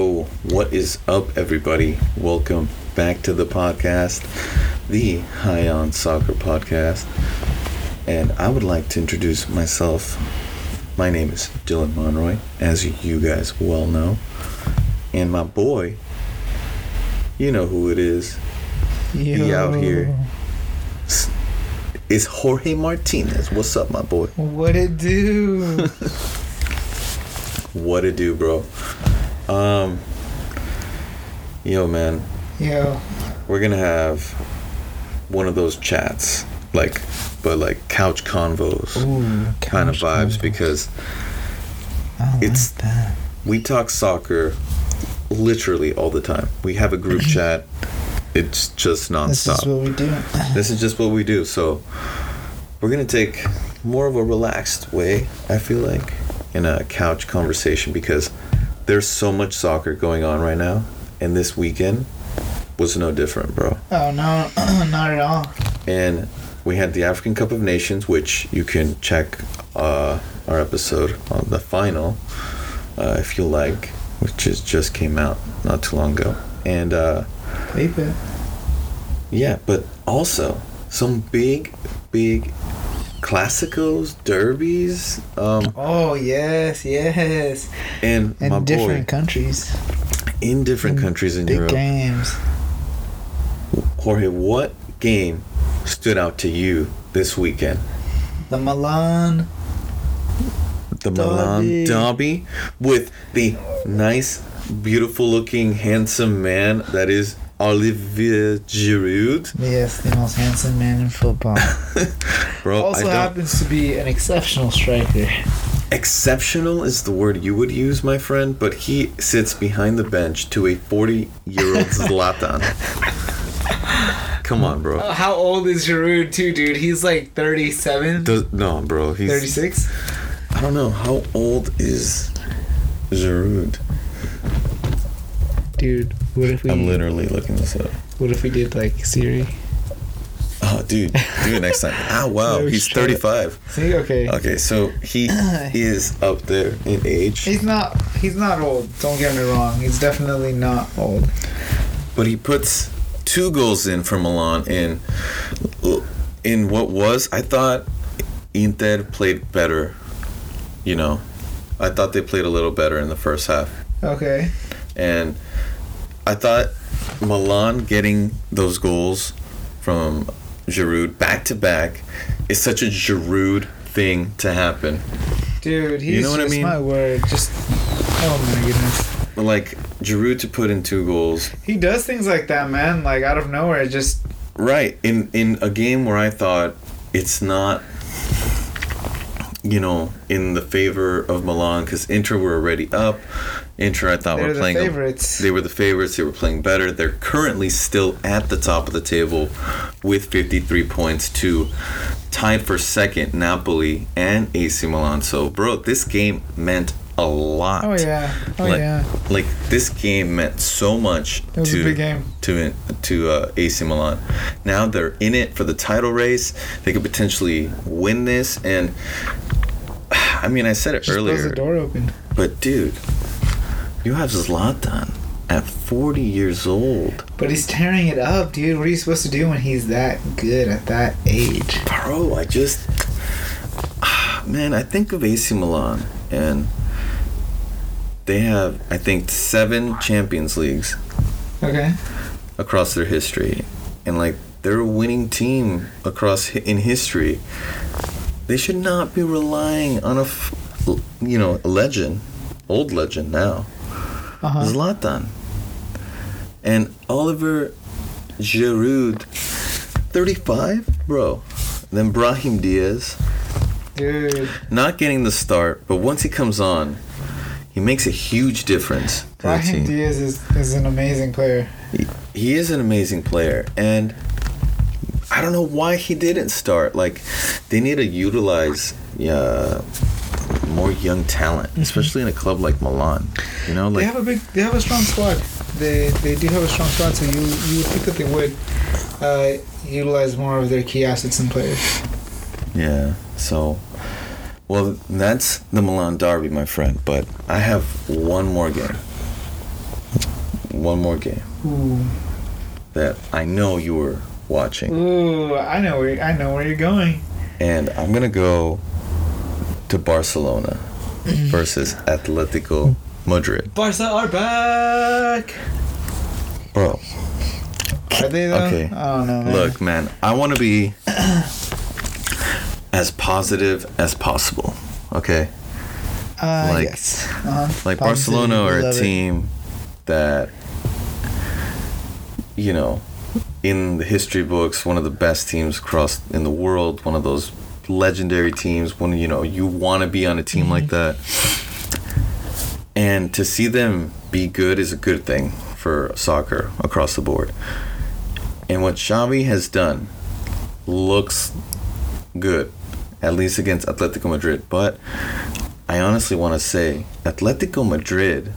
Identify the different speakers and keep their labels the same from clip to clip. Speaker 1: What is up, everybody? Welcome back to the podcast, the High On Soccer podcast. And I would like to introduce myself. My name is Dylan Monroy, as you guys well know. And my boy, you know who it is. He out here. It's Jorge Martinez. What's up, my boy?
Speaker 2: What it do?
Speaker 1: What it do, bro? Um, yo, man,
Speaker 2: Yo,
Speaker 1: we're gonna have one of those chats, like, but like couch convos
Speaker 2: ooh,
Speaker 1: kind of vibes because it's-
Speaker 2: it's that.
Speaker 1: we talk soccer literally all the time. We have a group chat. It's just
Speaker 2: This
Speaker 1: nonstop.
Speaker 2: is what we do.
Speaker 1: this is just what we do. So we're gonna take more of a relaxed way. I feel like in a couch conversation because there's so much soccer going on right now, and this weekend was no different, bro.
Speaker 2: Oh no, not at all.
Speaker 1: And we had the African Cup of Nations, which you can check uh, our episode on the final uh, if you like, which is just came out not too long ago. And uh,
Speaker 2: Leave it.
Speaker 1: yeah, but also some big, big classicos, derbies, um,
Speaker 2: Oh yes, yes.
Speaker 1: and
Speaker 2: In
Speaker 1: my
Speaker 2: different
Speaker 1: boy
Speaker 2: countries,
Speaker 1: in different
Speaker 2: in
Speaker 1: countries in
Speaker 2: big
Speaker 1: Europe.
Speaker 2: games.
Speaker 1: Jorge, what game stood out to you this weekend?
Speaker 2: The Milan.
Speaker 1: The Milan
Speaker 2: Derby.
Speaker 1: Derby with the nice, beautiful-looking, handsome man that is Olivier Giroud,
Speaker 2: Yes, the most handsome man in football.
Speaker 1: bro. Oh, I
Speaker 2: also
Speaker 1: don't,
Speaker 2: happens to be an exceptional striker.
Speaker 1: Exceptional is the word you would use, my friend, but he sits behind the bench to a 40 year old Zlatan. Come on, bro.
Speaker 2: Oh, How old is Giroud too, dude? He's like thirty-seven.
Speaker 1: Does, no, bro. He's.
Speaker 2: 36?
Speaker 1: I don't know. How old is Giroud?
Speaker 2: Dude, what if we
Speaker 1: I'm literally looking this up.
Speaker 2: what if we did like Siri?
Speaker 1: Oh, dude. Do it next time. Ah, wow.
Speaker 2: No
Speaker 1: He's
Speaker 2: shit.
Speaker 1: 35.
Speaker 2: See, okay.
Speaker 1: Okay, so he is up there in age,
Speaker 2: He's not. He's not old. Don't get me wrong. He's definitely not old.
Speaker 1: but he puts two goals in for Milan in, in what was, I thought Inter played better. You know, I thought they played a little better in the first half.
Speaker 2: Okay.
Speaker 1: And I thought Milan getting those goals from Giroud back to back is such a Giroud thing to happen.
Speaker 2: Dude, he's
Speaker 1: You know what I
Speaker 2: just
Speaker 1: mean?
Speaker 2: my word. Just oh my goodness.
Speaker 1: Like Giroud to put in two goals,
Speaker 2: He does things like that, man. Like out of nowhere, just
Speaker 1: right? In in a game where I thought it's not, you know, in the favor of Milan because Inter were already up. Inter, I thought
Speaker 2: they're
Speaker 1: were
Speaker 2: the
Speaker 1: playing a-
Speaker 2: favorites.
Speaker 1: They were the favorites. They were playing better. They're currently still at the top of the table with 53 points to tied for second Napoli and AC Milan. So, bro, this game meant a lot.
Speaker 2: oh yeah. Oh
Speaker 1: like,
Speaker 2: yeah.
Speaker 1: Like this game meant so much
Speaker 2: It was
Speaker 1: to
Speaker 2: a big game.
Speaker 1: to to uh, AC Milan. Now they're in it for the title race. They could potentially win this and I mean, I said it
Speaker 2: Just
Speaker 1: earlier.
Speaker 2: close the door open.
Speaker 1: But dude, you have Zlatan at 40 years old,
Speaker 2: But he's tearing it up, dude. What are you supposed to do when he's that good at that age?
Speaker 1: bro. I just, Ah, man, I think of AC Milan, and they have, I think, seven Champions Leagues
Speaker 2: Okay.
Speaker 1: across their history, and like they're a winning team across hi- in history. They should not be relying on a, f- you know, a legend, old legend now.
Speaker 2: Uh huh.
Speaker 1: Zlatan. And Oliver Giroud, 35? Bro. Then Brahim Diaz,
Speaker 2: Dude,
Speaker 1: not getting the start, but once he comes on, he makes a huge difference. to the
Speaker 2: Brahim
Speaker 1: team.
Speaker 2: Diaz is, is an amazing player.
Speaker 1: He is an amazing player, and I don't know why he didn't start. Like, they need to utilize uh, more young talent, especially in a club like Milan. You know, like
Speaker 2: They have a big, they have a strong squad. They they do have a strong squad, so you you would think that they would uh, utilize more of their key assets and players.
Speaker 1: Yeah. So, well, that's the Milan Derby, my friend. But I have one more game. one more game
Speaker 2: Ooh.
Speaker 1: that I know you were watching,
Speaker 2: Ooh, I know where I know where you're going.
Speaker 1: and I'm gonna go to Barcelona versus Atletico Madrid,
Speaker 2: Barca are back.
Speaker 1: bro.
Speaker 2: Are they though?
Speaker 1: Okay.
Speaker 2: I don't know. Man.
Speaker 1: Look, man, I want to be as positive as possible. Okay,
Speaker 2: uh,
Speaker 1: like-
Speaker 2: yes. Uh-huh.
Speaker 1: like
Speaker 3: Ah, Positive,
Speaker 1: Barcelona are a
Speaker 3: love it.
Speaker 1: team that you know in the history books one of the best teams across in the world one of those legendary teams when you know you want to be on a team like
Speaker 3: Mm-hmm.
Speaker 1: that and to see them be good is a good thing for soccer across the board and what Xavi has done looks good at least against Atletico Madrid but I honestly want to say Atletico Madrid,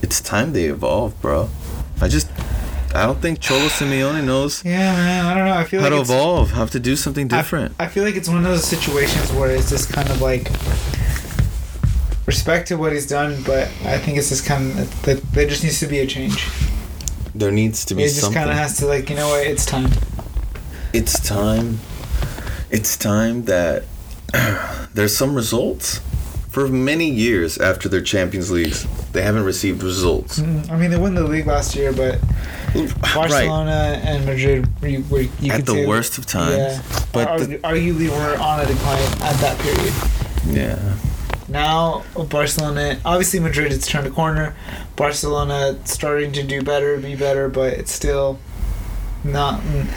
Speaker 1: it's time they evolve, bro. I just, I don't think Cholo Simeone knows
Speaker 2: Yeah, man. I don't know. I feel
Speaker 1: how to
Speaker 2: like it's,
Speaker 1: evolve, how to do something
Speaker 2: I-
Speaker 1: different.
Speaker 2: I, feel like it's one of those situations where it's just kind of like respect to what he's done, but I think it's just kind of that there just needs to be a change.
Speaker 1: there needs to be
Speaker 2: It just
Speaker 1: something.
Speaker 2: kind of has to like you know what? It's time.
Speaker 1: it's time. It's time that there's some results. For many years after their Champions Leagues, they haven't received results.
Speaker 2: Mm, I mean, they won the league last year, but
Speaker 1: right.
Speaker 2: Barcelona and Madrid were, you- were you
Speaker 1: At
Speaker 2: could
Speaker 1: the
Speaker 2: say-
Speaker 1: worst of times.
Speaker 2: Yeah.
Speaker 1: But
Speaker 2: Ar-
Speaker 1: the-
Speaker 2: arguably were on a decline at that period.
Speaker 1: Yeah.
Speaker 2: Now Barcelona, obviously Madrid, it's turned a corner. Barcelona starting to do better, be better, but it's still not. mm.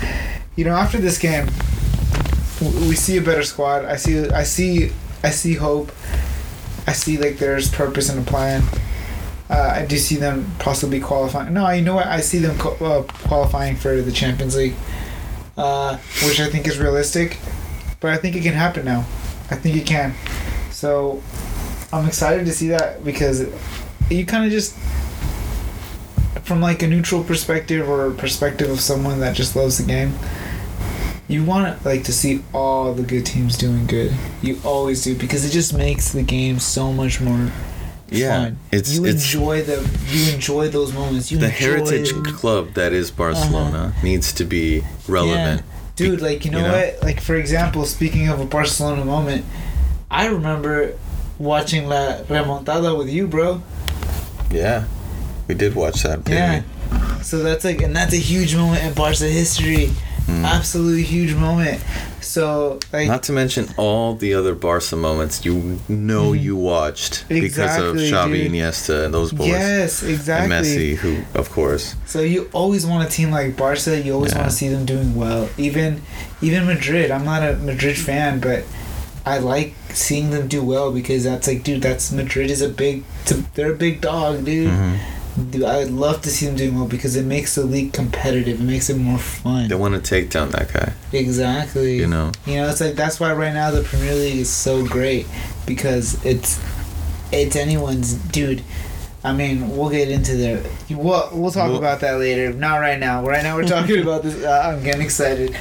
Speaker 2: You know, after this game, w- we see a better squad. I see, I see, I see hope. I see like there's purpose and a plan. Uh, I do see them possibly qualifying. No, you know what? I see them qu- uh, qualifying for the Champions League, uh, which I think is realistic. But I think it can happen now. I think it can. So I'm excited to see that because you kind of just from like a neutral perspective or a perspective of someone that just loves the game you want like to see all the good teams doing good you always do because it just makes the game so much more
Speaker 1: Yeah.
Speaker 2: fun.
Speaker 1: It's
Speaker 2: you
Speaker 1: it's
Speaker 2: enjoy the you enjoy those moments you
Speaker 1: the
Speaker 2: enjoy Uh-huh.
Speaker 1: heritage club that is Barcelona needs to be relevant.
Speaker 2: Dude, like you know,
Speaker 1: you know?
Speaker 2: what? Like for example, speaking of a Barcelona moment, I remember watching La Remontada with you, bro.
Speaker 1: Yeah, we did watch that.
Speaker 2: Yeah. So that's like, and that's a huge moment in Barca history. Absolutely huge moment. So like,
Speaker 1: Mm. Not to mention all the other Barca moments you know you watched because of
Speaker 2: Mm-hmm. Exactly,
Speaker 1: Xavi,
Speaker 2: dude.
Speaker 1: Iniesta, and those boys,
Speaker 2: yes,
Speaker 1: and
Speaker 2: exactly.
Speaker 1: Messi, who of course.
Speaker 2: So you always want a team like Barca. You always
Speaker 1: Yeah.
Speaker 2: want to see them doing well. Even, even Madrid. I'm not a Madrid fan, but I like seeing them do well because that's like, dude, that's Madrid is a big. They're a big dog, dude.
Speaker 1: Mm-hmm.
Speaker 2: Dude, I would love to see them doing well because it makes the league competitive. It makes it more fun.
Speaker 1: They want to take down that guy,
Speaker 2: Exactly.
Speaker 1: you know.
Speaker 2: You know, it's like that's why right now the Premier League is so great because it's it's anyone's dude. I mean, we'll get into the we'll we'll talk
Speaker 1: Well-
Speaker 2: about that later. Not right now. Right now we're talking about this. Uh, I'm getting excited.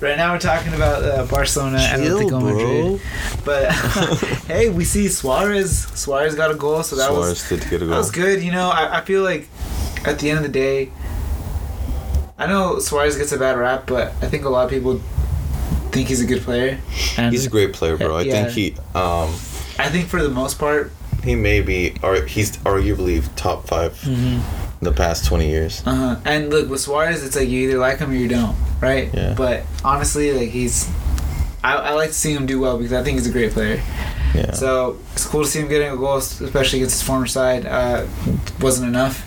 Speaker 2: Right now we're talking about uh, Barcelona and Atletico Madrid. But hey, we see Suarez. Suarez got a goal, so that was
Speaker 1: Suarez did get a
Speaker 2: that
Speaker 1: goal.
Speaker 2: was good. You know, I, I feel like at the end of the day, I know Suarez gets a bad rap, but I think a lot of people think he's a good player. And
Speaker 1: He's a great player, bro. I
Speaker 2: Yeah.
Speaker 1: think he um
Speaker 2: I think for the most part,
Speaker 1: he may be or he's arguably top 5
Speaker 2: Mm-hmm.
Speaker 1: in the past twenty years.
Speaker 2: uh and look with Suarez, it's like you either like him or you don't, right?
Speaker 1: Yeah.
Speaker 2: But honestly, like he's, I, I like to see him do well because I think he's a great player.
Speaker 1: Yeah.
Speaker 2: So it's cool to see him getting a goal, especially against his former side. Uh, wasn't enough.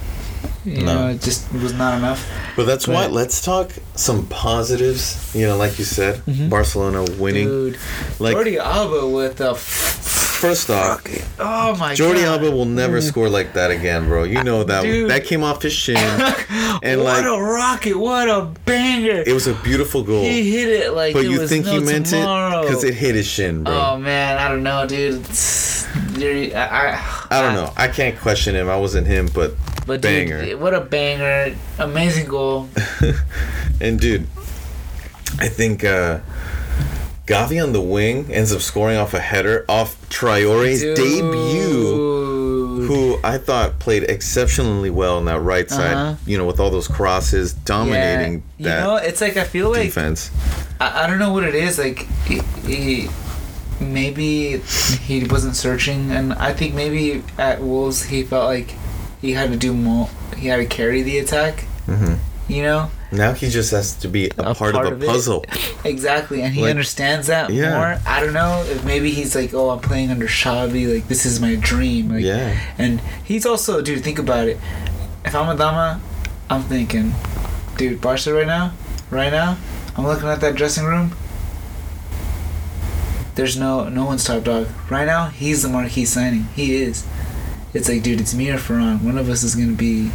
Speaker 2: You
Speaker 1: No.
Speaker 2: know, it just was not enough.
Speaker 1: But that's
Speaker 2: But-
Speaker 1: why let's talk some positives. You know, like you said, Barcelona winning.
Speaker 2: Mm-hmm. Dude,
Speaker 1: Like
Speaker 2: Jordi Alba with a f-
Speaker 1: first off,
Speaker 2: Oh my
Speaker 1: Jordi
Speaker 2: god.
Speaker 1: Alba will never score like that again, bro. You know that
Speaker 2: Mm-hmm. Dude.
Speaker 1: that came off his shin, and
Speaker 2: what
Speaker 1: like
Speaker 2: a rocket, what a banger.
Speaker 1: it was a beautiful goal.
Speaker 2: he hit it like
Speaker 1: But
Speaker 2: it
Speaker 1: you
Speaker 2: was
Speaker 1: think he
Speaker 2: no
Speaker 1: meant
Speaker 2: tomorrow.
Speaker 1: it because it hit his shin, bro.
Speaker 2: Oh man, I don't know, dude. It's- you're- I, I-
Speaker 1: I don't know. I can't question him. I wasn't him, but
Speaker 2: But
Speaker 1: Banger.
Speaker 2: dude, what a banger. Amazing goal.
Speaker 1: and dude, I think uh Gavi on the wing ends up scoring off a header off Traore's
Speaker 2: Dude.
Speaker 1: debut. Who I thought played exceptionally well on that right side.
Speaker 2: Uh-huh.
Speaker 1: You know, with all those crosses dominating
Speaker 2: you
Speaker 1: that
Speaker 2: know, it's like I feel like
Speaker 1: defense.
Speaker 2: I, I don't know what it is. Like, he, he, maybe he wasn't searching, and I think maybe at Wolves he felt like he had to do more. He had to carry the attack.
Speaker 1: hmm
Speaker 2: You know
Speaker 1: Now he just has to be a,
Speaker 2: A
Speaker 1: part,
Speaker 2: part
Speaker 1: of
Speaker 2: of
Speaker 1: the
Speaker 2: it.
Speaker 1: puzzle.
Speaker 2: exactly, and he
Speaker 1: Like-
Speaker 2: understands that
Speaker 1: Yeah.
Speaker 2: more. I don't know if maybe he's like, oh, I'm playing under Xavi. Like this is my dream. Like,
Speaker 1: yeah,
Speaker 2: And he's also, dude. Think about it. If I'm a Dama, I'm thinking, dude, Barca right now, right now, I'm looking at that dressing room. There's no no one's top dog right now. He's the marquee signing. He is. It's like, dude, it's me or Ferran. One of us is gonna be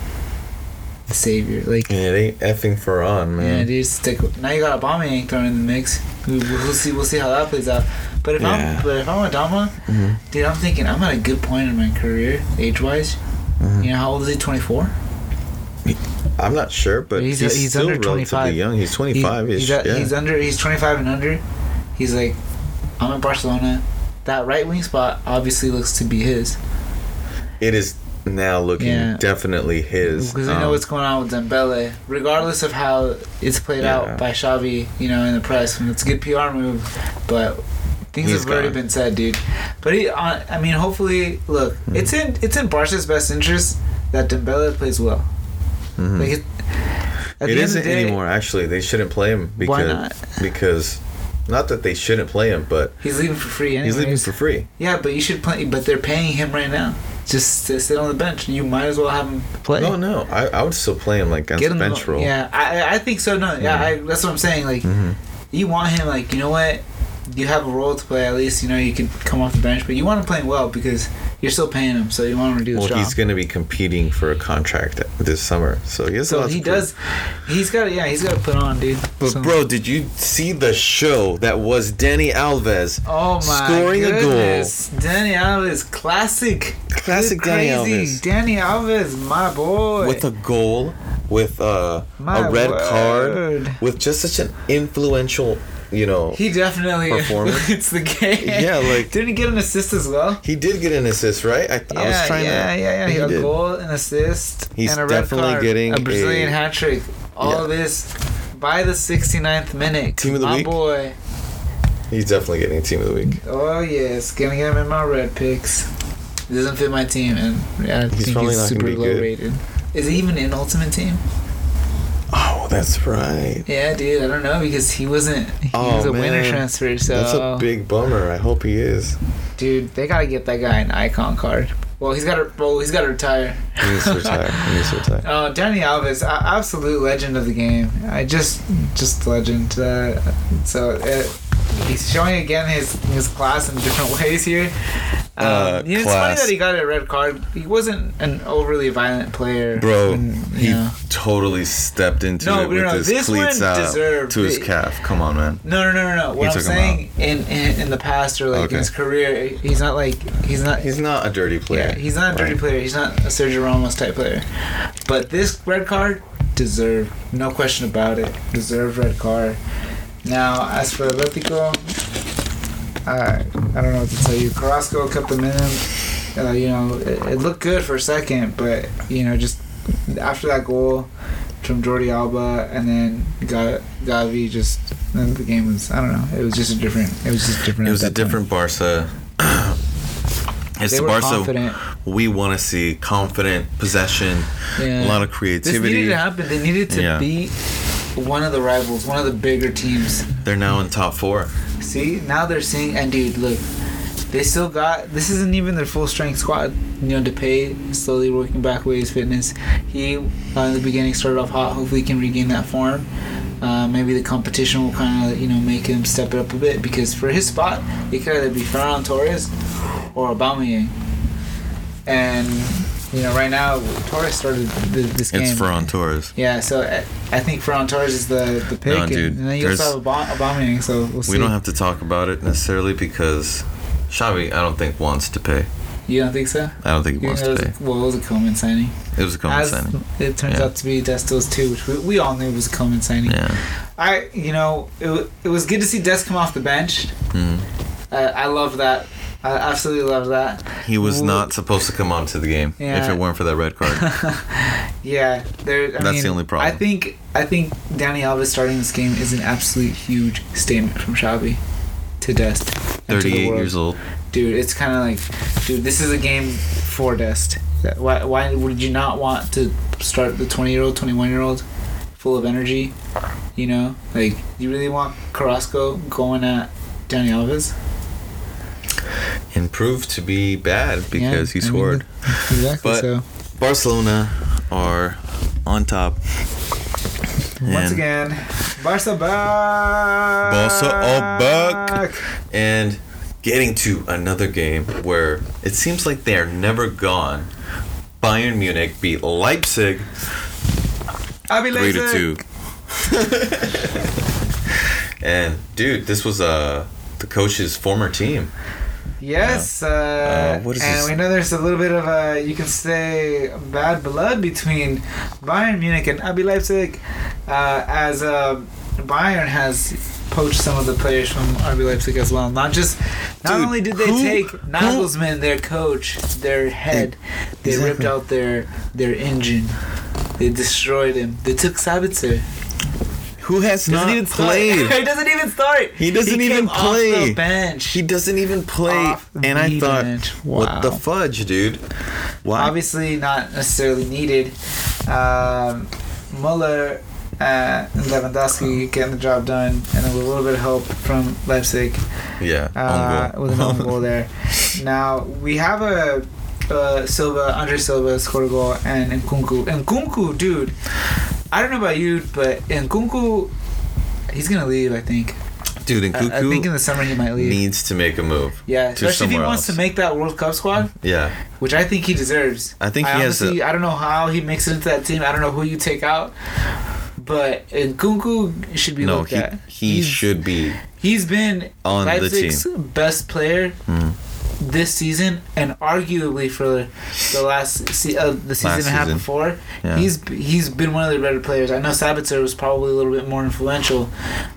Speaker 2: the savior. Like,
Speaker 1: and it ain't effing Ferran,
Speaker 2: yeah,
Speaker 1: man.
Speaker 2: dude, stick. Now you got Aubameyang thrown in the mix. We, we'll see. We'll see how that plays out. But if
Speaker 1: Yeah.
Speaker 2: I'm but if I'm a Dama,
Speaker 1: Mhm.
Speaker 2: dude, I'm thinking I'm at a good point in my career, age wise.
Speaker 1: Mhm.
Speaker 2: You know how old is he? Twenty four.
Speaker 1: I'm not sure, but he's,
Speaker 2: He's- he's
Speaker 1: still
Speaker 2: under
Speaker 1: relatively
Speaker 2: 25.
Speaker 1: young. He's 25
Speaker 2: He-
Speaker 1: ish.
Speaker 2: he's, at-
Speaker 1: yeah.
Speaker 2: he's under. He's 25 and under. He's like, I'm in Barcelona. That right wing spot obviously looks to be his
Speaker 1: it is now looking
Speaker 2: Yeah.
Speaker 1: definitely his.
Speaker 2: because I know
Speaker 1: um,
Speaker 2: what's going on with Dembele. Regardless of how it's played
Speaker 1: Yeah.
Speaker 2: out by Xavi, you know, in the press, and it's a good PR move, but things
Speaker 1: He's
Speaker 2: have already
Speaker 1: gone.
Speaker 2: been said, dude. But he, uh, I mean, hopefully, look,
Speaker 1: Hmm.
Speaker 2: it's in it's in Barca's best interest that Dembele plays well.
Speaker 1: mhm.
Speaker 2: Like it, at
Speaker 1: it
Speaker 2: the end of
Speaker 1: isn't
Speaker 2: the day,
Speaker 1: anymore. Actually, they shouldn't play him because
Speaker 2: Why not?
Speaker 1: because not that they shouldn't play him, but
Speaker 2: He's leaving for free. Anyways.
Speaker 1: he's leaving for free.
Speaker 2: Yeah, but you should play. But they're paying him right now just to sit on the bench. You might as well have him play.
Speaker 1: No, no, I, I would still play him like as
Speaker 2: Get
Speaker 1: a
Speaker 2: him.
Speaker 1: bench role.
Speaker 2: Yeah, I, I- I think so. No, yeah, I, that's what I'm saying. Like,
Speaker 1: Mhm.
Speaker 2: you want him. Like, you know what? You have a role to play. At least you know you can come off the bench, but you want to play well because you're still paying him. So you want him to do his
Speaker 1: Well,
Speaker 2: job.
Speaker 1: he's going to be competing for a contract this summer, so he has a
Speaker 2: so
Speaker 1: lot to
Speaker 2: he
Speaker 1: prove.
Speaker 2: does. He's got. Yeah, he's got to put on, dude.
Speaker 1: But
Speaker 2: So-
Speaker 1: bro, did you see the show that was Danny Alves?
Speaker 2: Oh my
Speaker 1: scoring a goal.
Speaker 2: goodness. Danny Alves, classic.
Speaker 1: Classic
Speaker 2: You're
Speaker 1: Daniel
Speaker 2: crazy. Danny Alves, my boy.
Speaker 1: with a goal, with uh,
Speaker 2: My
Speaker 1: a red
Speaker 2: word.
Speaker 1: card, with just such an influential, you know. He,
Speaker 2: He definitely
Speaker 1: Performance.
Speaker 2: influenced the game.
Speaker 1: Yeah, like-
Speaker 2: didn't he get an assist as well?
Speaker 1: did get an assist, right? I, I was trying
Speaker 2: yeah,
Speaker 1: to.
Speaker 2: yeah, yeah. He, got a
Speaker 1: did.
Speaker 2: goal, an assist,
Speaker 1: He's
Speaker 2: and a red
Speaker 1: definitely
Speaker 2: card,
Speaker 1: getting
Speaker 2: a Brazilian
Speaker 1: a-
Speaker 2: hat trick. All
Speaker 1: Yeah.
Speaker 2: of this by the 69th minute.
Speaker 1: Team of the
Speaker 2: my
Speaker 1: week?
Speaker 2: boy.
Speaker 1: He's definitely getting team of the week.
Speaker 2: Oh yes, gonna get him in my red picks. Doesn't fit my team, and I
Speaker 1: probably
Speaker 2: think
Speaker 1: not
Speaker 2: he's
Speaker 1: gonna
Speaker 2: super
Speaker 1: be
Speaker 2: low
Speaker 1: good.
Speaker 2: rated. Is he even in Ultimate Team?
Speaker 1: Oh, that's right.
Speaker 2: Yeah, dude. I don't know because he wasn't. He
Speaker 1: Oh,
Speaker 2: was a winner
Speaker 1: man.
Speaker 2: transfer. So
Speaker 1: That's a big bummer. I hope he is.
Speaker 2: Dude, they gotta get that guy an icon card. Well, he's gotta. Well, he's gotta retire.
Speaker 1: He needs to retire. He needs to retire.
Speaker 2: Oh, Danny Alves, a- absolute legend of the game. I just, just legend. Uh, so uh he's showing again his his class in different ways here. Um,
Speaker 1: Uh,
Speaker 2: you know, it's funny
Speaker 1: class.
Speaker 2: that he got a red card. He wasn't an overly violent player,
Speaker 1: Bro,
Speaker 2: and,
Speaker 1: he
Speaker 2: you know.
Speaker 1: totally stepped into
Speaker 2: No,
Speaker 1: it
Speaker 2: no,
Speaker 1: with
Speaker 2: no,
Speaker 1: his
Speaker 2: this
Speaker 1: cleats
Speaker 2: one
Speaker 1: out
Speaker 2: deserved
Speaker 1: to his
Speaker 2: it.
Speaker 1: calf. Come on, man.
Speaker 2: No, no, no, no, no. What I'm
Speaker 1: took him
Speaker 2: saying in, in in the past or like
Speaker 1: Okay.
Speaker 2: in his career, he's not like he's not
Speaker 1: He's not a dirty player.
Speaker 2: Yeah, he's not a dirty
Speaker 1: Right.
Speaker 2: player. He's not a Sergio Ramos type player. But this red card deserved, no question about it. Deserved red card. Now, as for Atletico, uh, I don't know what to tell you. Carrasco kept them in. Uh, you know, it, it looked good for a second, but you know, just after that goal from Jordi Alba and then Ga- Gavi, just then the game was. I don't know. It was just a different. It was just different.
Speaker 1: It
Speaker 2: at
Speaker 1: was a
Speaker 2: that point.
Speaker 1: different Barca. it's
Speaker 2: They
Speaker 1: the
Speaker 2: were
Speaker 1: Barca
Speaker 2: confident.
Speaker 1: we want to see. Confident possession,
Speaker 2: Yeah.
Speaker 1: a lot of
Speaker 2: This needed
Speaker 1: creativity.
Speaker 2: to happen. They needed to
Speaker 1: Yeah.
Speaker 2: beat one of the rivals, one of the bigger teams.
Speaker 1: They're now in top four.
Speaker 2: See, now they're seeing. And dude, look, they still got. This isn't even their full strength squad. You know, Depay slowly working back away his fitness. He uh, in the beginning started off hot. Hopefully, he can regain that form. Uh, maybe the competition will kind of you know make him step it up a bit because for his spot, it could either be Ferran Torres or Aubameyang. And you know, right now Torres started th- this game.
Speaker 1: It's Ferran Torres.
Speaker 2: Yeah, so I I think Ferran Torres is the, the pick,
Speaker 1: No,
Speaker 2: and,
Speaker 1: dude,
Speaker 2: and then you also
Speaker 1: there's-
Speaker 2: have Aubame- Aubameyang, so we'll see.
Speaker 1: We don't have to talk about it necessarily because Xavi, I don't think wants to pay.
Speaker 2: you don't think so?
Speaker 1: I don't think he
Speaker 2: You
Speaker 1: wants
Speaker 2: think
Speaker 1: to
Speaker 2: that
Speaker 1: pay.
Speaker 2: was, well, it was a Coleman signing.
Speaker 1: It was a common
Speaker 2: As
Speaker 1: signing.
Speaker 2: it turns
Speaker 1: Yeah.
Speaker 2: out to be Destos too, which we, we all knew was a Coleman signing.
Speaker 1: Yeah.
Speaker 2: I, you know, it, wa- it was good to see Des come off the bench.
Speaker 1: Mhm.
Speaker 2: Uh, I love that. I absolutely love that.
Speaker 1: He was
Speaker 2: Ooh.
Speaker 1: not supposed to come onto the game if
Speaker 2: Yeah.
Speaker 1: it weren't for that red card.
Speaker 2: Yeah, there. I
Speaker 1: That's
Speaker 2: mean,
Speaker 1: the only problem.
Speaker 2: I think I think Danny Alves starting this game is an absolute huge statement from Xavi to Dest. and to the
Speaker 1: 38
Speaker 2: world.
Speaker 1: years old.
Speaker 2: dude. It's kind of like, dude, this is a game for Dest. Why, why would you not want to start the 20 year old, 21 year old full of energy? You know, like, you really want Carrasco going at Danny Alves?
Speaker 1: And proved to be bad because
Speaker 2: Yeah,
Speaker 1: he
Speaker 2: I mean,
Speaker 1: scored.
Speaker 2: Exactly.
Speaker 1: But-
Speaker 2: so,
Speaker 1: Barcelona are on top.
Speaker 2: once
Speaker 1: And-
Speaker 2: again, Barca back.
Speaker 1: Barca are back. and getting to another game where it seems like they're never gone. Bayern Munich beat Leipzig
Speaker 2: I'll be
Speaker 1: three to
Speaker 2: Leipzig.
Speaker 1: two. and dude, this was uh the coach's former team.
Speaker 2: Yes. Uh,
Speaker 1: Uh, what is
Speaker 2: and
Speaker 1: this?
Speaker 2: we know there's a little bit of a, you can say, bad blood between Bayern Munich and RB Leipzig, uh, as uh, Bayern has poached some of the players from RB Leipzig as well. Not just, not
Speaker 1: Dude,
Speaker 2: only did they
Speaker 1: who-
Speaker 2: take
Speaker 1: who-
Speaker 2: Nagelsmann, their coach, their head, they ripped
Speaker 1: Exactly.
Speaker 2: out their their engine. They destroyed him. They took Sabitzer.
Speaker 1: Who has
Speaker 2: Doesn't even start. he doesn't even start.
Speaker 1: He doesn't
Speaker 2: came
Speaker 1: even
Speaker 2: Off
Speaker 1: play.
Speaker 2: the bench.
Speaker 1: He doesn't even play.
Speaker 2: Off
Speaker 1: And I
Speaker 2: the
Speaker 1: thought,
Speaker 2: bench. Wow.
Speaker 1: what the fudge, dude? Why?
Speaker 2: obviously not necessarily needed. Um, Muller uh, and Lewandowski getting the job done, and a little bit of help from Leipzig
Speaker 1: yeah. own
Speaker 2: uh,
Speaker 1: goal.
Speaker 2: with an own goal there. Now we have a. Uh, Silva, Andre Silva scored a goal, and Nkunku. Nkunku, dude, I don't know about you, but Nkunku, he's gonna leave. I think.
Speaker 1: dude, and
Speaker 2: I, I think in
Speaker 1: Cuckoo
Speaker 2: the summer he might leave.
Speaker 1: needs to make a move.
Speaker 2: yeah, especially if he
Speaker 1: somewhere
Speaker 2: wants to
Speaker 1: else.
Speaker 2: make that World Cup squad,
Speaker 1: Yeah.
Speaker 2: which I think he deserves.
Speaker 1: I think he
Speaker 2: I
Speaker 1: has a.
Speaker 2: honestly, I don't know how he makes it into that team. I don't know who you take out, but Nkunku should be
Speaker 1: No,
Speaker 2: looked
Speaker 1: he,
Speaker 2: at.
Speaker 1: he
Speaker 2: He's-
Speaker 1: should be
Speaker 2: He's been
Speaker 1: on
Speaker 2: Leipzig's
Speaker 1: the team.
Speaker 2: best player
Speaker 1: Mm.
Speaker 2: this season, and arguably for the last se- uh, the season
Speaker 1: Last
Speaker 2: and a half
Speaker 1: season.
Speaker 2: before,
Speaker 1: Yeah.
Speaker 2: he's he's been one of their better players. I know Sabitzer was probably a little bit more influential,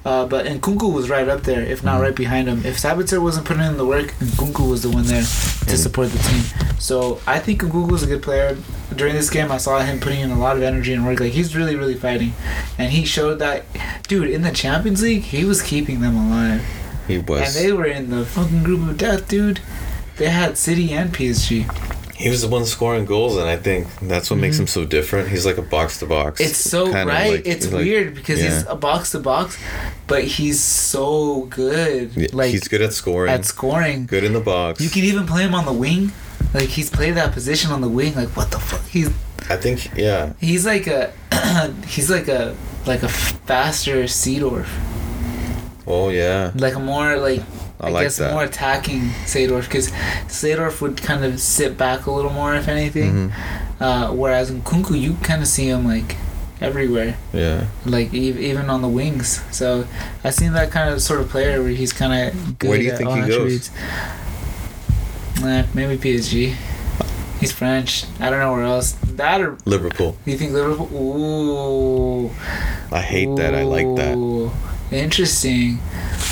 Speaker 2: uh, but Nkunku was right up there, if
Speaker 1: Mm-hmm.
Speaker 2: not right behind him. If Sabitzer wasn't putting in the work, Nkunku was the one there to
Speaker 1: And-
Speaker 2: support the team. So I think Nkunku's a good player. During this game, I saw him putting in a lot of energy and work. Like he's really, really fighting, and he showed that, dude. In the Champions League, he was keeping them alive.
Speaker 1: he was.
Speaker 2: And they were in the fucking group of death, dude. They had City and PSG.
Speaker 1: He was the one scoring goals, and I think that's what makes him so different. He's like a box to box.
Speaker 2: Mm-hmm. It's so right. it's weird because he's a box to box, but he's so good. like
Speaker 1: he's good at scoring.
Speaker 2: at scoring.
Speaker 1: good in the box.
Speaker 2: You can even play him on the wing. Like he's played that position on the wing. Like what the fuck? He's
Speaker 1: I think, yeah.
Speaker 2: he's like a he's like a like a faster Seedorf.
Speaker 1: Oh yeah.
Speaker 2: like a more like
Speaker 1: I
Speaker 2: I,
Speaker 1: like
Speaker 2: guess
Speaker 1: that.
Speaker 2: more attacking Sadorf because Sadorf would kind of sit back a little more if anything,
Speaker 1: Mm-hmm.
Speaker 2: uh, whereas in Kunku you kind of see him like everywhere,
Speaker 1: Yeah.
Speaker 2: like ev- even on the wings. So I've seen that kind of sort of player where he's kind of good.
Speaker 1: Where do you
Speaker 2: at
Speaker 1: think
Speaker 2: all
Speaker 1: he goes?
Speaker 2: attributes. Nah, maybe PSG. He's French. I don't know where else. That or
Speaker 1: Liverpool.
Speaker 2: you think Liverpool? Ooh.
Speaker 1: I hate that. I like that.
Speaker 2: Ooh, Interesting.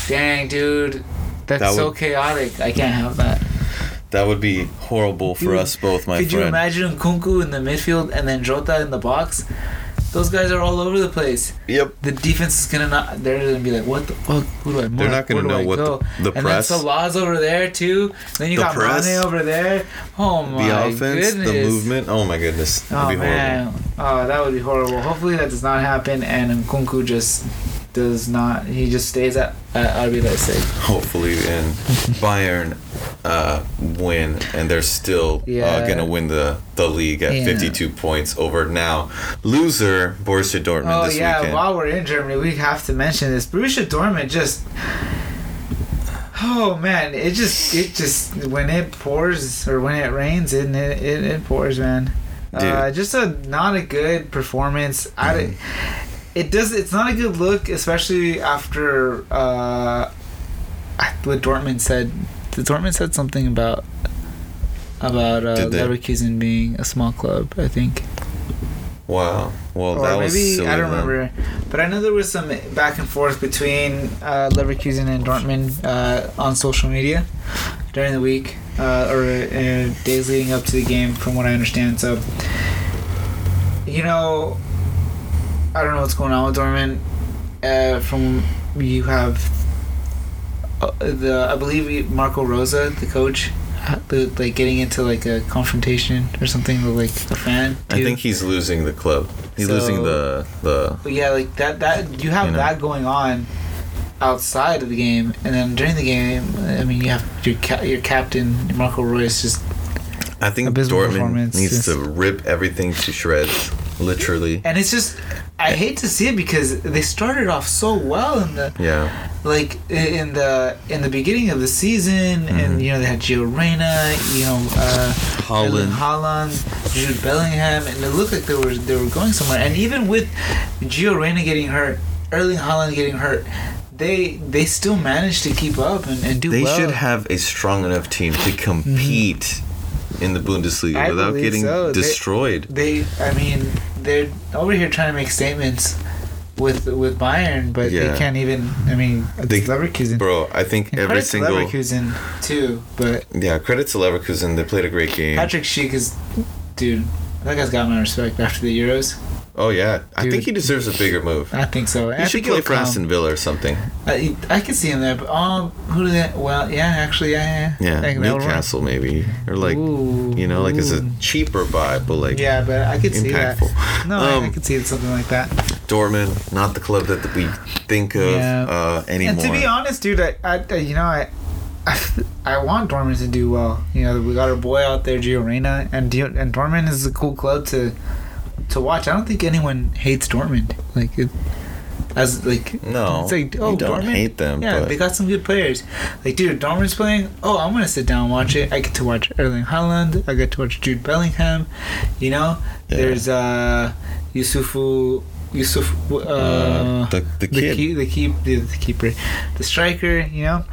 Speaker 2: Dang, dude. That's
Speaker 1: That
Speaker 2: so
Speaker 1: would-
Speaker 2: chaotic. I can't have that.
Speaker 1: That would be horrible for
Speaker 2: Dude,
Speaker 1: us both, my
Speaker 2: Could you
Speaker 1: friend.
Speaker 2: imagine Kunku in the midfield and then Jota in the box? Those guys are all over the place.
Speaker 1: Yep.
Speaker 2: The defense is gonna not. They're gonna be like, "What the fuck? Who do I mark?
Speaker 1: They're not gonna
Speaker 2: Where do
Speaker 1: know
Speaker 2: I
Speaker 1: what
Speaker 2: go?"
Speaker 1: the, the
Speaker 2: and
Speaker 1: press,
Speaker 2: then Salah's over there too. Then you
Speaker 1: The
Speaker 2: got
Speaker 1: press,
Speaker 2: Mane over there. Oh my
Speaker 1: the offense,
Speaker 2: goodness!
Speaker 1: the movement. Oh my goodness. That'd
Speaker 2: Oh
Speaker 1: be horrible.
Speaker 2: man, oh that would be horrible. Hopefully that does not happen, and Nkunku just does not. He just stays at, at RB Leipzig.
Speaker 1: Hopefully, and Bayern uh, win, and they're still uh,
Speaker 2: Yeah.
Speaker 1: gonna win the, the league at
Speaker 2: Yeah.
Speaker 1: 52 points over now loser Borussia Dortmund
Speaker 2: Oh
Speaker 1: this
Speaker 2: yeah,
Speaker 1: weekend.
Speaker 2: while we're in Germany, we have to mention this. Borussia Dortmund just. Oh man, it just it just when it pours or when it rains, it it, it, it pours, man. Uh,
Speaker 1: Dude.
Speaker 2: just a not a good performance. I d-
Speaker 1: Mm-hmm.
Speaker 2: it does. It's not a good look, especially after uh, I- what Dortmund said. The Dortmund said something about about uh,
Speaker 1: Did they?
Speaker 2: Leverkusen being a small club. I think
Speaker 1: Wow. Well,
Speaker 2: or
Speaker 1: that was
Speaker 2: maybe
Speaker 1: silly.
Speaker 2: I don't
Speaker 1: of them.
Speaker 2: remember, but I know there was some back and forth between uh, Leverkusen and Dortmund uh, on social media, during the week uh, or uh, days leading up to the game, from what I understand. So, you know, I don't know what's going on with Dortmund. Uh, from you have uh, the I believe Marco Rosa, the coach, the, like getting into like a confrontation or something with like a fan.
Speaker 1: I
Speaker 2: too.
Speaker 1: think he's losing the club. He's
Speaker 2: So-
Speaker 1: losing the the.
Speaker 2: But yeah, like that. That you have
Speaker 1: You know.
Speaker 2: that going on outside of the game, and then during the game, I mean, you have your ca- your captain Marco Royce just
Speaker 1: I think
Speaker 2: Abysmal
Speaker 1: Dortmund
Speaker 2: performance,
Speaker 1: needs
Speaker 2: yes.
Speaker 1: to rip everything to shreds, literally.
Speaker 2: and it's just I hate to see it because they started off so well in the
Speaker 1: Yeah,
Speaker 2: like i- in the in the beginning of the season, and you know they had Gio Reyna, you know uh, Erling
Speaker 1: Mm-hmm. Holland.
Speaker 2: Haaland, Jude Bellingham, and it looked like they were they were going somewhere. And even with Gio Reyna getting hurt, Erling Haaland getting hurt, they they still managed to keep up and, and do
Speaker 1: They
Speaker 2: well.
Speaker 1: should have a strong enough team to compete in the Bundesliga
Speaker 2: Mm-hmm. I
Speaker 1: without
Speaker 2: believe
Speaker 1: getting
Speaker 2: so. They-
Speaker 1: destroyed.
Speaker 2: they, I mean, they're over here trying to make statements with with Bayern, but
Speaker 1: Yeah.
Speaker 2: they can't even. I mean, it's
Speaker 1: They-
Speaker 2: Leverkusen.
Speaker 1: Bro, I think
Speaker 2: And
Speaker 1: every
Speaker 2: credit to
Speaker 1: single
Speaker 2: Leverkusen too, but
Speaker 1: yeah credit to Leverkusen. They played a great game.
Speaker 2: Patrick Schick is, dude. That guy's got my respect after the Euros.
Speaker 1: oh yeah, I think
Speaker 2: Dude.
Speaker 1: he deserves a bigger move.
Speaker 2: I think so. And
Speaker 1: He
Speaker 2: I
Speaker 1: should
Speaker 2: think
Speaker 1: play
Speaker 2: he'll
Speaker 1: for
Speaker 2: come.
Speaker 1: Aston Villa or something.
Speaker 2: I, I can see him there, but um, who did that? Well, yeah, actually, yeah, yeah.
Speaker 1: Yeah,
Speaker 2: I think that would work.
Speaker 1: Newcastle maybe or like
Speaker 2: Ooh,
Speaker 1: you know like it's a
Speaker 2: ooh.
Speaker 1: cheaper buy, but like
Speaker 2: Yeah, but I could see that.
Speaker 1: Impactful.
Speaker 2: No, I- I,
Speaker 1: Um,
Speaker 2: could see it something like that.
Speaker 1: Dortmund, not the club that we think of
Speaker 2: Yeah.
Speaker 1: uh, anymore.
Speaker 2: And to be honest, dude, I, I I- you know, I, I, I want Dortmund to do well. You know, we got our boy out there, Gio Reyna, and Gio- and Dortmund is a cool club to, to watch. I don't think anyone hates Dortmund. Like, it, as like
Speaker 1: no,
Speaker 2: It's like,
Speaker 1: you
Speaker 2: oh,
Speaker 1: don't
Speaker 2: Dortmund?
Speaker 1: hate them.
Speaker 2: Yeah,
Speaker 1: but
Speaker 2: they got some good players. Like, dude, Dortmund's playing. Oh, I'm gonna sit down and watch it. I get to watch Erling Haaland. I get to watch Jude Bellingham. You know,
Speaker 1: Yeah.
Speaker 2: there's uh, Yusufu, Yusuf, uh,
Speaker 1: Uh, the- the kid.
Speaker 2: key, the keep, the, the keeper, the striker. You know,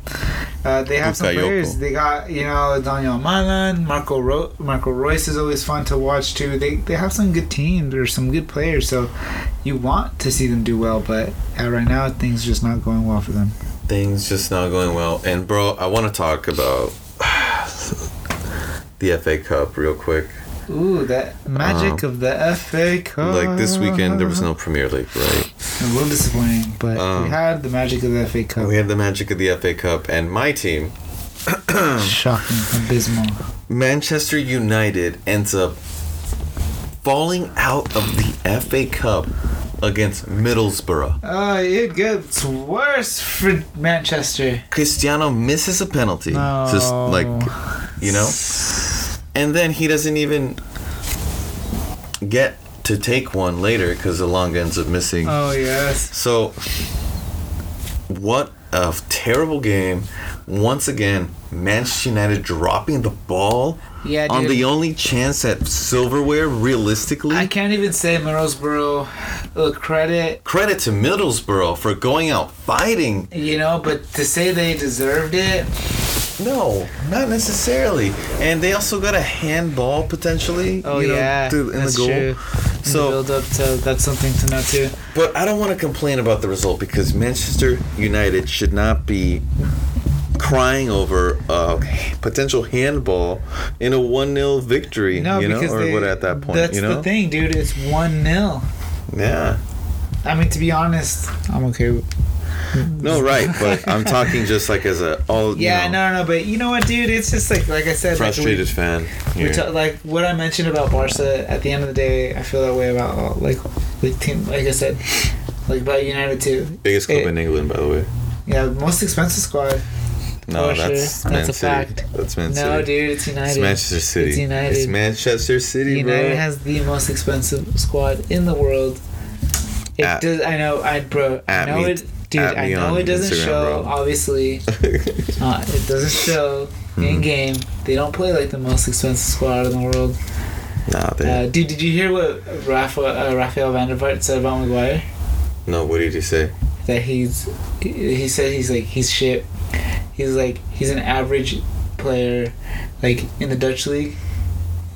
Speaker 2: uh, they have some
Speaker 1: Bukayo
Speaker 2: players.
Speaker 1: Ko.
Speaker 2: They got you know Daniel Malan, Marco Ro- Marco Royce is always fun to watch too. They they have some good teams or some good players. So you want to see them do well, but uh, right now things just not going well for them.
Speaker 1: things just not going well. And bro, I want to talk about the FA Cup real quick.
Speaker 2: Ooh, that magic of the FA Cup.
Speaker 1: Like this weekend, there was no Premier League, right?
Speaker 2: A little disappointing, but
Speaker 1: Um,
Speaker 2: we had the magic of the FA Cup.
Speaker 1: We had the magic of the FA Cup, and my team,
Speaker 2: Shocking, abysmal.
Speaker 1: Manchester United, ends up falling out of the FA Cup against Middlesbrough.
Speaker 2: Uh, it gets worse for Manchester.
Speaker 1: Cristiano misses a penalty.
Speaker 2: No.
Speaker 1: Just like, you know? And then he doesn't even get to take one later because Alonga ends up missing.
Speaker 2: Oh yes.
Speaker 1: So, what a terrible game. Once again, Manchester United dropping the ball
Speaker 2: Yeah,
Speaker 1: on
Speaker 2: dude.
Speaker 1: the only chance at silverware, realistically.
Speaker 2: I can't even say Middlesbrough uh, credit,
Speaker 1: Credit to Middlesbrough for going out fighting
Speaker 2: you know, but to say they deserved it,
Speaker 1: No, not necessarily. And they also got a handball potentially.
Speaker 2: Oh
Speaker 1: you know,
Speaker 2: yeah,
Speaker 1: to- in
Speaker 2: that's
Speaker 1: the goal.
Speaker 2: true.
Speaker 1: So-
Speaker 2: So build up to that's something to note too.
Speaker 1: But I don't want to complain about the result because Manchester United should not be crying over a potential handball in a 1-0 victory,
Speaker 2: No,
Speaker 1: you know,
Speaker 2: because
Speaker 1: or
Speaker 2: they-
Speaker 1: what at that point,
Speaker 2: That's
Speaker 1: you know?
Speaker 2: the thing, dude. It's one 0
Speaker 1: Yeah.
Speaker 2: I mean, to be honest, I'm okay. With,
Speaker 1: No, right, but I'm talking just like as a all
Speaker 2: yeah,
Speaker 1: you know,
Speaker 2: no, no, but you know what, dude? It's just like, like I said, like, we-
Speaker 1: frustrated fan.
Speaker 2: We
Speaker 1: here.
Speaker 2: ta- like what I mentioned about Barca. At the end of the day, I feel that way about all, like like team. Like I said, like about United too.
Speaker 1: Biggest club
Speaker 2: it-
Speaker 1: in England, by the way.
Speaker 2: Yeah, most expensive squad.
Speaker 1: No,
Speaker 2: Oh, sure.
Speaker 1: that's Man
Speaker 2: That's a
Speaker 1: City.
Speaker 2: fact.
Speaker 1: That's Man City.
Speaker 2: No, dude, it's United.
Speaker 1: It's Manchester City.
Speaker 2: It's United.
Speaker 1: It's Manchester City,
Speaker 2: United
Speaker 1: bro.
Speaker 2: has the most expensive squad in the world. It
Speaker 1: At-
Speaker 2: does. I know. I bro. I
Speaker 1: at
Speaker 2: know
Speaker 1: me-
Speaker 2: it, dude.
Speaker 1: at me
Speaker 2: I know
Speaker 1: on
Speaker 2: it doesn't
Speaker 1: Instagram,
Speaker 2: show.
Speaker 1: bro.
Speaker 2: Obviously, uh, it doesn't show
Speaker 1: Mm-hmm.
Speaker 2: in game. They don't play like the most expensive squad in the world.
Speaker 1: nah, they,
Speaker 2: Uh, dude, did you hear what Rafa, uh, Raphael Vanderbilt said about Maguire?
Speaker 1: no, what did you say?
Speaker 2: That he's he he said he's like he's shit. He's like he's an average player, like in the Dutch league.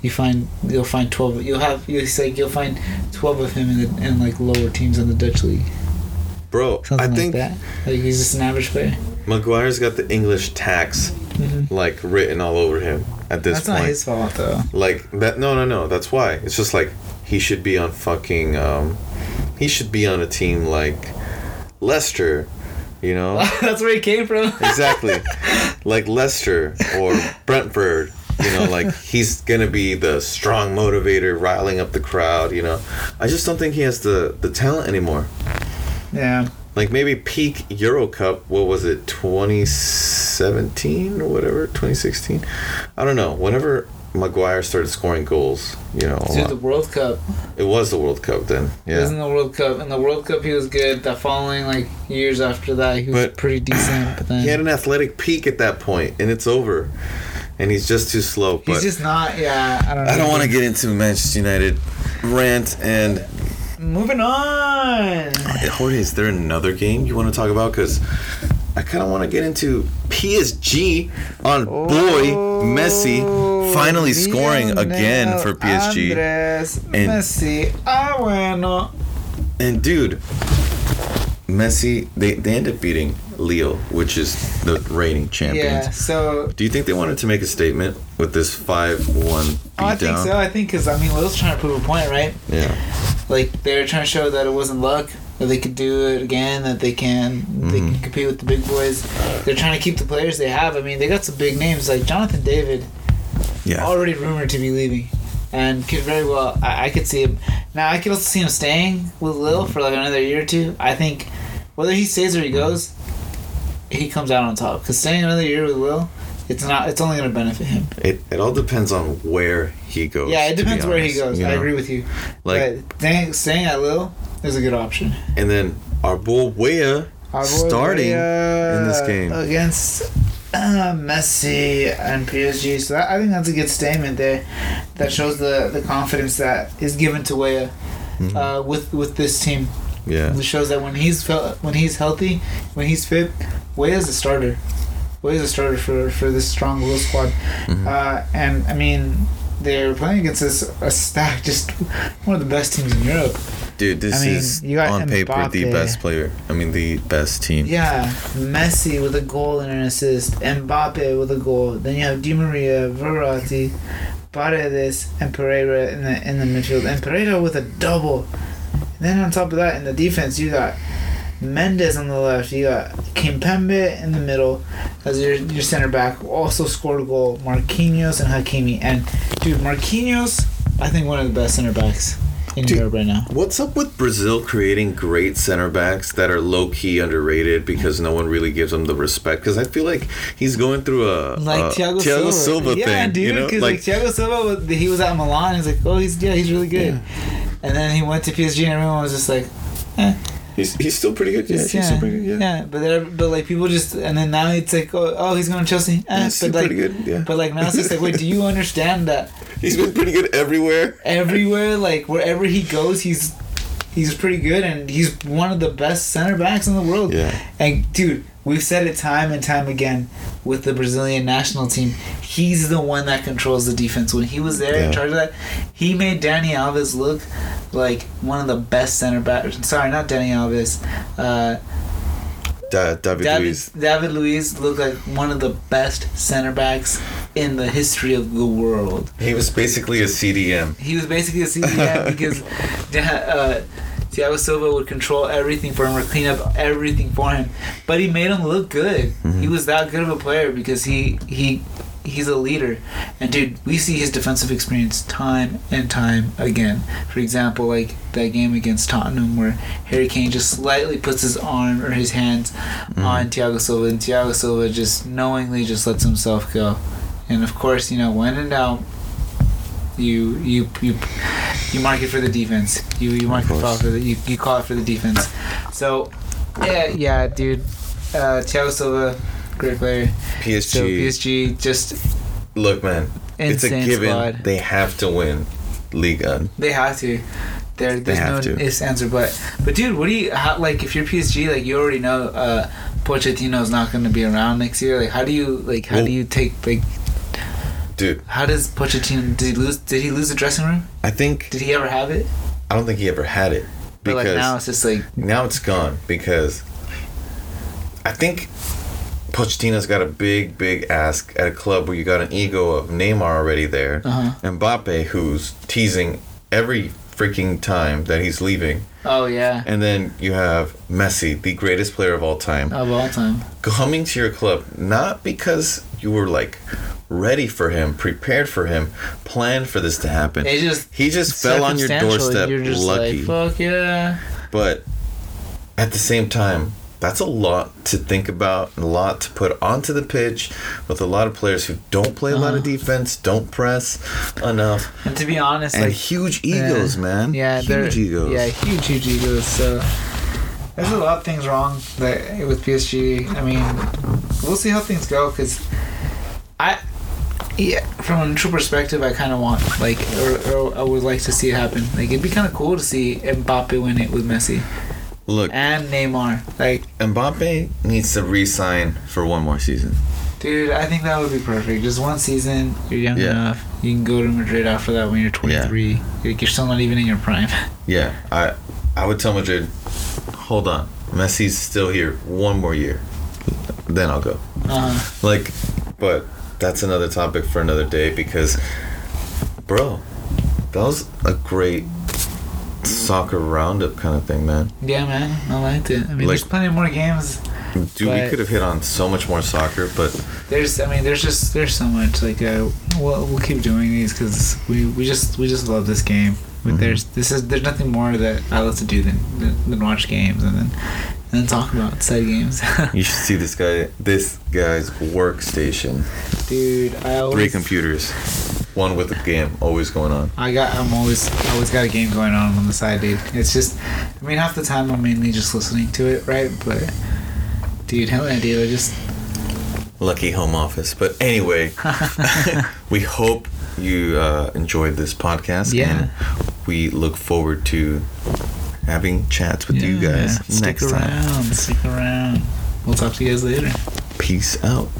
Speaker 2: You find you'll find twelve. You'll have you like you'll find twelve of him in the in like lower teams in the Dutch league.
Speaker 1: Bro,
Speaker 2: Something
Speaker 1: I think
Speaker 2: like that. Like he's just an average player.
Speaker 1: Maguire's got the English tax
Speaker 2: Mhm.
Speaker 1: like written all over him at this
Speaker 2: That's
Speaker 1: Mm-hmm. point.
Speaker 2: not his fault though.
Speaker 1: Like that? No, no, no. That's why. It's just like he should be on fucking. Um, he should be on a team like Leicester, you know.
Speaker 2: That's where he came from.
Speaker 1: exactly, like Leicester or Brentford. You know, like he's gonna be the strong motivator, riling up the crowd. You know, I just don't think he has the the talent anymore.
Speaker 2: yeah.
Speaker 1: Like maybe peak Euro Cup. What was it, 2017 or whatever, 2016? I don't know. Whenever Maguire started scoring goals, you know, a
Speaker 2: Dude,
Speaker 1: lot.
Speaker 2: the World Cup.
Speaker 1: It was the World Cup then.
Speaker 2: It was in
Speaker 1: Yeah.
Speaker 2: the World Cup. In the World Cup, he was good. The following like years after that, he was
Speaker 1: But-
Speaker 2: pretty decent. But then
Speaker 1: He had an athletic peak at that point, and it's over. And he's just too slow. But
Speaker 2: he's just not. Yeah, I don't. know.
Speaker 1: I don't want to get into Manchester United rant. And
Speaker 2: Moving on.
Speaker 1: Jorge, is there another game you want to talk about? Because I kind of want to get into PSG on boy Messi finally scoring
Speaker 2: Oh, Lionel
Speaker 1: again for PSG.
Speaker 2: Andres
Speaker 1: And-
Speaker 2: Messi. Ah, bueno.
Speaker 1: And dude, Messi, they, they end up beating Leo, which is the reigning champions.
Speaker 2: Yeah. So
Speaker 1: Do you think they wanted to make a statement with this 5 1 beatdown?
Speaker 2: Oh, I think so. I think because I mean, Lil's trying to prove a point, right?
Speaker 1: Yeah.
Speaker 2: Like they're trying to show that it wasn't luck, that they could do it again, that they can they can
Speaker 1: Mhm.
Speaker 2: compete with the big boys. They're trying to keep the players they have. I mean, they got some big names like Jonathan David,
Speaker 1: Yeah.
Speaker 2: already rumored to be leaving, and could very well. I, I could see him. Now I could also see him staying with Lil for like another year or two. I think whether he stays or he goes, he comes out on top. Because staying another year with Lil, it's not. It's only going to benefit him.
Speaker 1: It, it all depends on where he goes.
Speaker 2: yeah, it
Speaker 1: to be
Speaker 2: depends where he
Speaker 1: honest,
Speaker 2: goes.
Speaker 1: you
Speaker 2: I
Speaker 1: know?
Speaker 2: agree with you.
Speaker 1: Like,
Speaker 2: but dang, staying at Lil is a good option.
Speaker 1: and then our boy Wea starting in this game.
Speaker 2: against uh, Messi and PSG, so that, I think that's a good statement there. That shows the, the confidence that is given to Weah
Speaker 1: Mhm.
Speaker 2: uh, with with this team.
Speaker 1: yeah.
Speaker 2: It shows that when he's fel- when he's healthy, when he's fit, Weah's a starter. Weah's a starter for for this strong Lil squad.
Speaker 1: Mhm.
Speaker 2: Uh, and I mean, they're playing against this a stack, just one of the best teams in Europe.
Speaker 1: Dude, this
Speaker 2: I mean,
Speaker 1: is
Speaker 2: you got
Speaker 1: on paper the
Speaker 2: Mbappe.
Speaker 1: best player. I mean, the best team.
Speaker 2: Yeah, Messi with a goal and an assist, Mbappe with a goal. Then you have Di Maria, Verratti, Paredes, and Pereira in the in the midfield, and Pereira with a double. And then on top of that, in the defense, you got Mendes on the left. You got Kimpembe in the middle as your your center back. Also scored a goal. Marquinhos and Hakimi. And dude, Marquinhos, I think one of the best center backs in
Speaker 1: Dude.
Speaker 2: Europe right now.
Speaker 1: What's up with Brazil creating great center backs that are low key underrated because no one really gives them the respect? Because I feel like he's going through a
Speaker 2: like
Speaker 1: a
Speaker 2: Thiago,
Speaker 1: Uh, Thiago
Speaker 2: Silva.
Speaker 1: Silva
Speaker 2: yeah,
Speaker 1: thing.
Speaker 2: dude.
Speaker 1: you know?
Speaker 2: 'cause, like, Thiago Silva, was- he was at Milan. He's like, oh, he's yeah, he's really good. And then he went to PSG, and everyone was just like,
Speaker 1: he's, he's still pretty good. Yeah,
Speaker 2: just,
Speaker 1: he's
Speaker 2: yeah,
Speaker 1: still
Speaker 2: yeah.
Speaker 1: pretty good. Yeah,
Speaker 2: But there, but like people just, and then now it's like, oh, oh he's going to Chelsea. Eh,
Speaker 1: he's still
Speaker 2: but like,
Speaker 1: pretty good. Yeah,
Speaker 2: but like now it's just like, wait, do you understand that
Speaker 1: he's been pretty good everywhere.
Speaker 2: everywhere, like wherever he goes, he's he's pretty good, and he's one of the best center backs in the world.
Speaker 1: Yeah,
Speaker 2: And dude, we've said it time and time again with the Brazilian national team. He's the one that controls the defense. When he was there
Speaker 1: Yeah.
Speaker 2: in charge of that, he made Danny Alves look like one of the best center backs. Sorry, not Danny Alves. Uh,
Speaker 1: da- David,
Speaker 2: David
Speaker 1: Luiz.
Speaker 2: David Luiz looked like one of the best center backs in the history of the world.
Speaker 1: He was basically a CDM.
Speaker 2: He was basically a CDM because Da- uh, Thiago Silva would control everything for him or clean up everything for him. But he made him look good. He was that good of a player because he he he's a leader. And dude, we see his defensive experience time and time again. For example, like that game against Tottenham where Harry Kane just slightly puts his arm or his hands
Speaker 1: Mm-hmm.
Speaker 2: on Thiago Silva and Thiago Silva just knowingly just lets himself go. And of course, you know, when in doubt, you you you you mark it for the defense. You you mark the
Speaker 1: course.
Speaker 2: foul for the you, you call it for the defense. So yeah, yeah, dude. Uh Thiago Silva, great player.
Speaker 1: PSG.
Speaker 2: So PSG just
Speaker 1: Look, man, it's
Speaker 2: insane
Speaker 1: a given.
Speaker 2: squad.
Speaker 1: They have to win Liga.
Speaker 2: They have to. There, there's
Speaker 1: have
Speaker 2: no
Speaker 1: to.
Speaker 2: ifs, ands, or but. But dude, what do you how, like? If you're PSG, like you already know, uh, Pochettino's not going to be around next year. Like, how do you like? How
Speaker 1: Well-
Speaker 2: do you take like?
Speaker 1: Dude,
Speaker 2: How does Pochettino? Did he lose? Did he lose the dressing room?
Speaker 1: I think
Speaker 2: Did he ever have it?
Speaker 1: I don't think he ever had it
Speaker 2: But
Speaker 1: because
Speaker 2: like now it's just like
Speaker 1: now it's gone because I think Pochettino's got a big, big ask at a club where you got an ego of Neymar already there,
Speaker 2: Uh-huh.
Speaker 1: and Mbappe who's teasing every freaking time that he's leaving,
Speaker 2: Oh yeah.
Speaker 1: and then you have Messi, the greatest player of all time,
Speaker 2: Of all time.
Speaker 1: coming to your club not because you were like ready for him, prepared for him, planned for this to happen.
Speaker 2: It just
Speaker 1: he just fell on your
Speaker 2: circumstantially,
Speaker 1: doorstep,
Speaker 2: You're just
Speaker 1: lucky.
Speaker 2: like, fuck yeah.
Speaker 1: But at the same time, that's a lot to think about, and a lot to put onto the pitch with a lot of players who don't play a lot of
Speaker 2: Uh-huh.
Speaker 1: defense, don't press enough,
Speaker 2: And to be honest,
Speaker 1: and
Speaker 2: like
Speaker 1: huge egos,
Speaker 2: yeah.
Speaker 1: man.
Speaker 2: Yeah, they're-
Speaker 1: huge egos.
Speaker 2: Yeah, huge, huge egos. So there's a lot of things wrong that, with PSG. I mean, we'll see how things go because I, yeah, from a neutral perspective, I kind of want like, or, or I would like to see it happen. Like it'd be kind of cool to see Mbappe win it with Messi
Speaker 1: Look,
Speaker 2: and Neymar. Like,
Speaker 1: Mbappe needs to re-sign for one more season.
Speaker 2: dude, I think that would be perfect. Just one season. You're young
Speaker 1: Yeah.
Speaker 2: enough. You can go to Madrid after that when you're 23. Like you're still not even in your prime.
Speaker 1: Yeah, I, I would tell Madrid, hold on, Messi's still here one more year, then I'll go.
Speaker 2: Uh,
Speaker 1: Like, but that's another topic for another day because, bro, that was a great soccer roundup kind of thing, man.
Speaker 2: yeah, man, I liked it. I mean,
Speaker 1: Like-
Speaker 2: there's plenty more games.
Speaker 1: Dude, we
Speaker 2: But-
Speaker 1: could have hit on so much more soccer, but
Speaker 2: There's, I mean, there's just there's so much. Like, uh, we'll, we'll keep doing these because we, we just we just love this game. But
Speaker 1: Mhm.
Speaker 2: there's this is there's nothing more that I love to do than than, than watch games and then and then talk about said games.
Speaker 1: you should see this guy. This guy's workstation.
Speaker 2: Dude, I
Speaker 1: Three
Speaker 2: always
Speaker 1: computers, one with a game always going on.
Speaker 2: I got I'm always I always got a game going on on the side, dude. It's just I mean half the time I'm mainly just listening to it, right? But dude, hell yeah, dude, I just
Speaker 1: Lucky home office. But anyway, we hope you uh, enjoyed this podcast.
Speaker 2: Yeah.
Speaker 1: And we look forward to having chats with you
Speaker 2: Yeah,
Speaker 1: guys
Speaker 2: stick
Speaker 1: next time.
Speaker 2: around, Stick around. We'll talk to you guys later.
Speaker 1: Peace out.